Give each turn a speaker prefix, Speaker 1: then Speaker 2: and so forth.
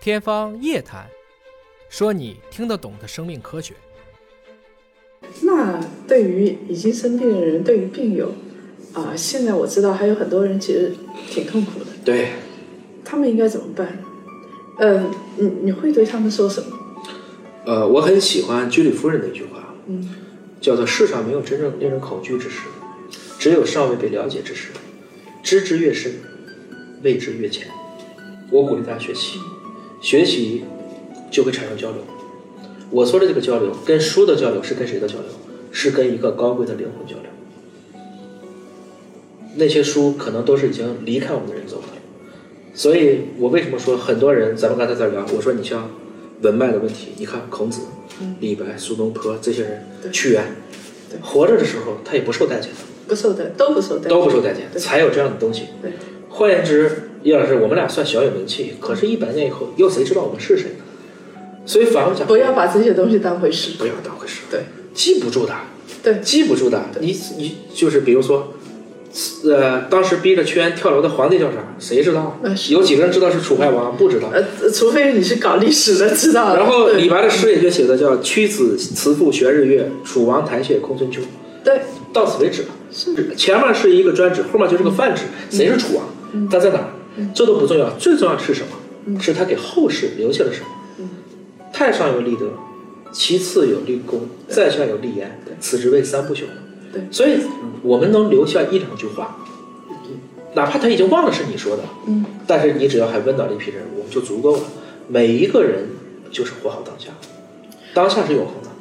Speaker 1: 天方夜谭，说你听得懂的生命科学。
Speaker 2: 那对于已经生病的人，对于病友，啊、现在我知道还有很多人其实挺痛苦的，
Speaker 3: 对，
Speaker 2: 他们应该怎么办？嗯、你你会对他们说什么？
Speaker 3: 呃，我很喜欢居里夫人的一句话，
Speaker 2: 嗯，
Speaker 3: 叫做“世上没有真正令人恐惧之事，只有尚未被了解之事。知之越深，畏之越浅。”我鼓励大家学习，学习就会产生交流。我说的这个交流，跟书的交流是跟谁的交流？是跟一个高贵的灵魂交流。那些书可能都是已经离开我们的人走了。所以我为什么说很多人，咱们刚才在聊，我说你像文脉的问题，你看孔子、李白、苏东坡这些
Speaker 2: 嗯对
Speaker 3: 人，屈原
Speaker 2: 对，
Speaker 3: 活着的时候他也不受待见
Speaker 2: 不受待，都不受待，
Speaker 3: 的，都不受待见，
Speaker 2: 对
Speaker 3: 才有这样的东西。
Speaker 2: 对
Speaker 3: 换言之，叶老师，我们俩算小有名气，可是，一百年以后，又谁知道我们是谁呢？所以反过来讲，
Speaker 2: 不要把这些东西当回事。
Speaker 3: 哎不要当回事，
Speaker 2: 对
Speaker 3: 记不住的，
Speaker 2: 对
Speaker 3: 记不住的。你你就是比如说，呃，当时逼着屈原跳楼的皇帝叫啥？谁知道
Speaker 2: 那？呃是
Speaker 3: 有几个人知道是楚怀王？不知道。
Speaker 2: 呃，除非你是搞历史的，知道的。
Speaker 3: 然后
Speaker 2: 对
Speaker 3: 李白的诗也就写的叫“屈子辞赋学日月，楚王台榭空春秋
Speaker 2: 对”，
Speaker 3: 到此为止了。
Speaker 2: 是嗯
Speaker 3: 前面是一个专指，后面就是个泛指，谁是楚王，他在哪儿，这都不重要，最重要是什
Speaker 2: 嗯
Speaker 3: 么？是他给后世留下了什么？太上有立德，其次有立功，在下有立言，此之谓三不朽。
Speaker 2: 对
Speaker 3: 所以我们能留下一两句话，哪怕他已经忘了是你说的，
Speaker 2: 嗯，
Speaker 3: 但是你只要还问到了一批人，我们就足够了。每一个人就是活好当下，当下是永恒的。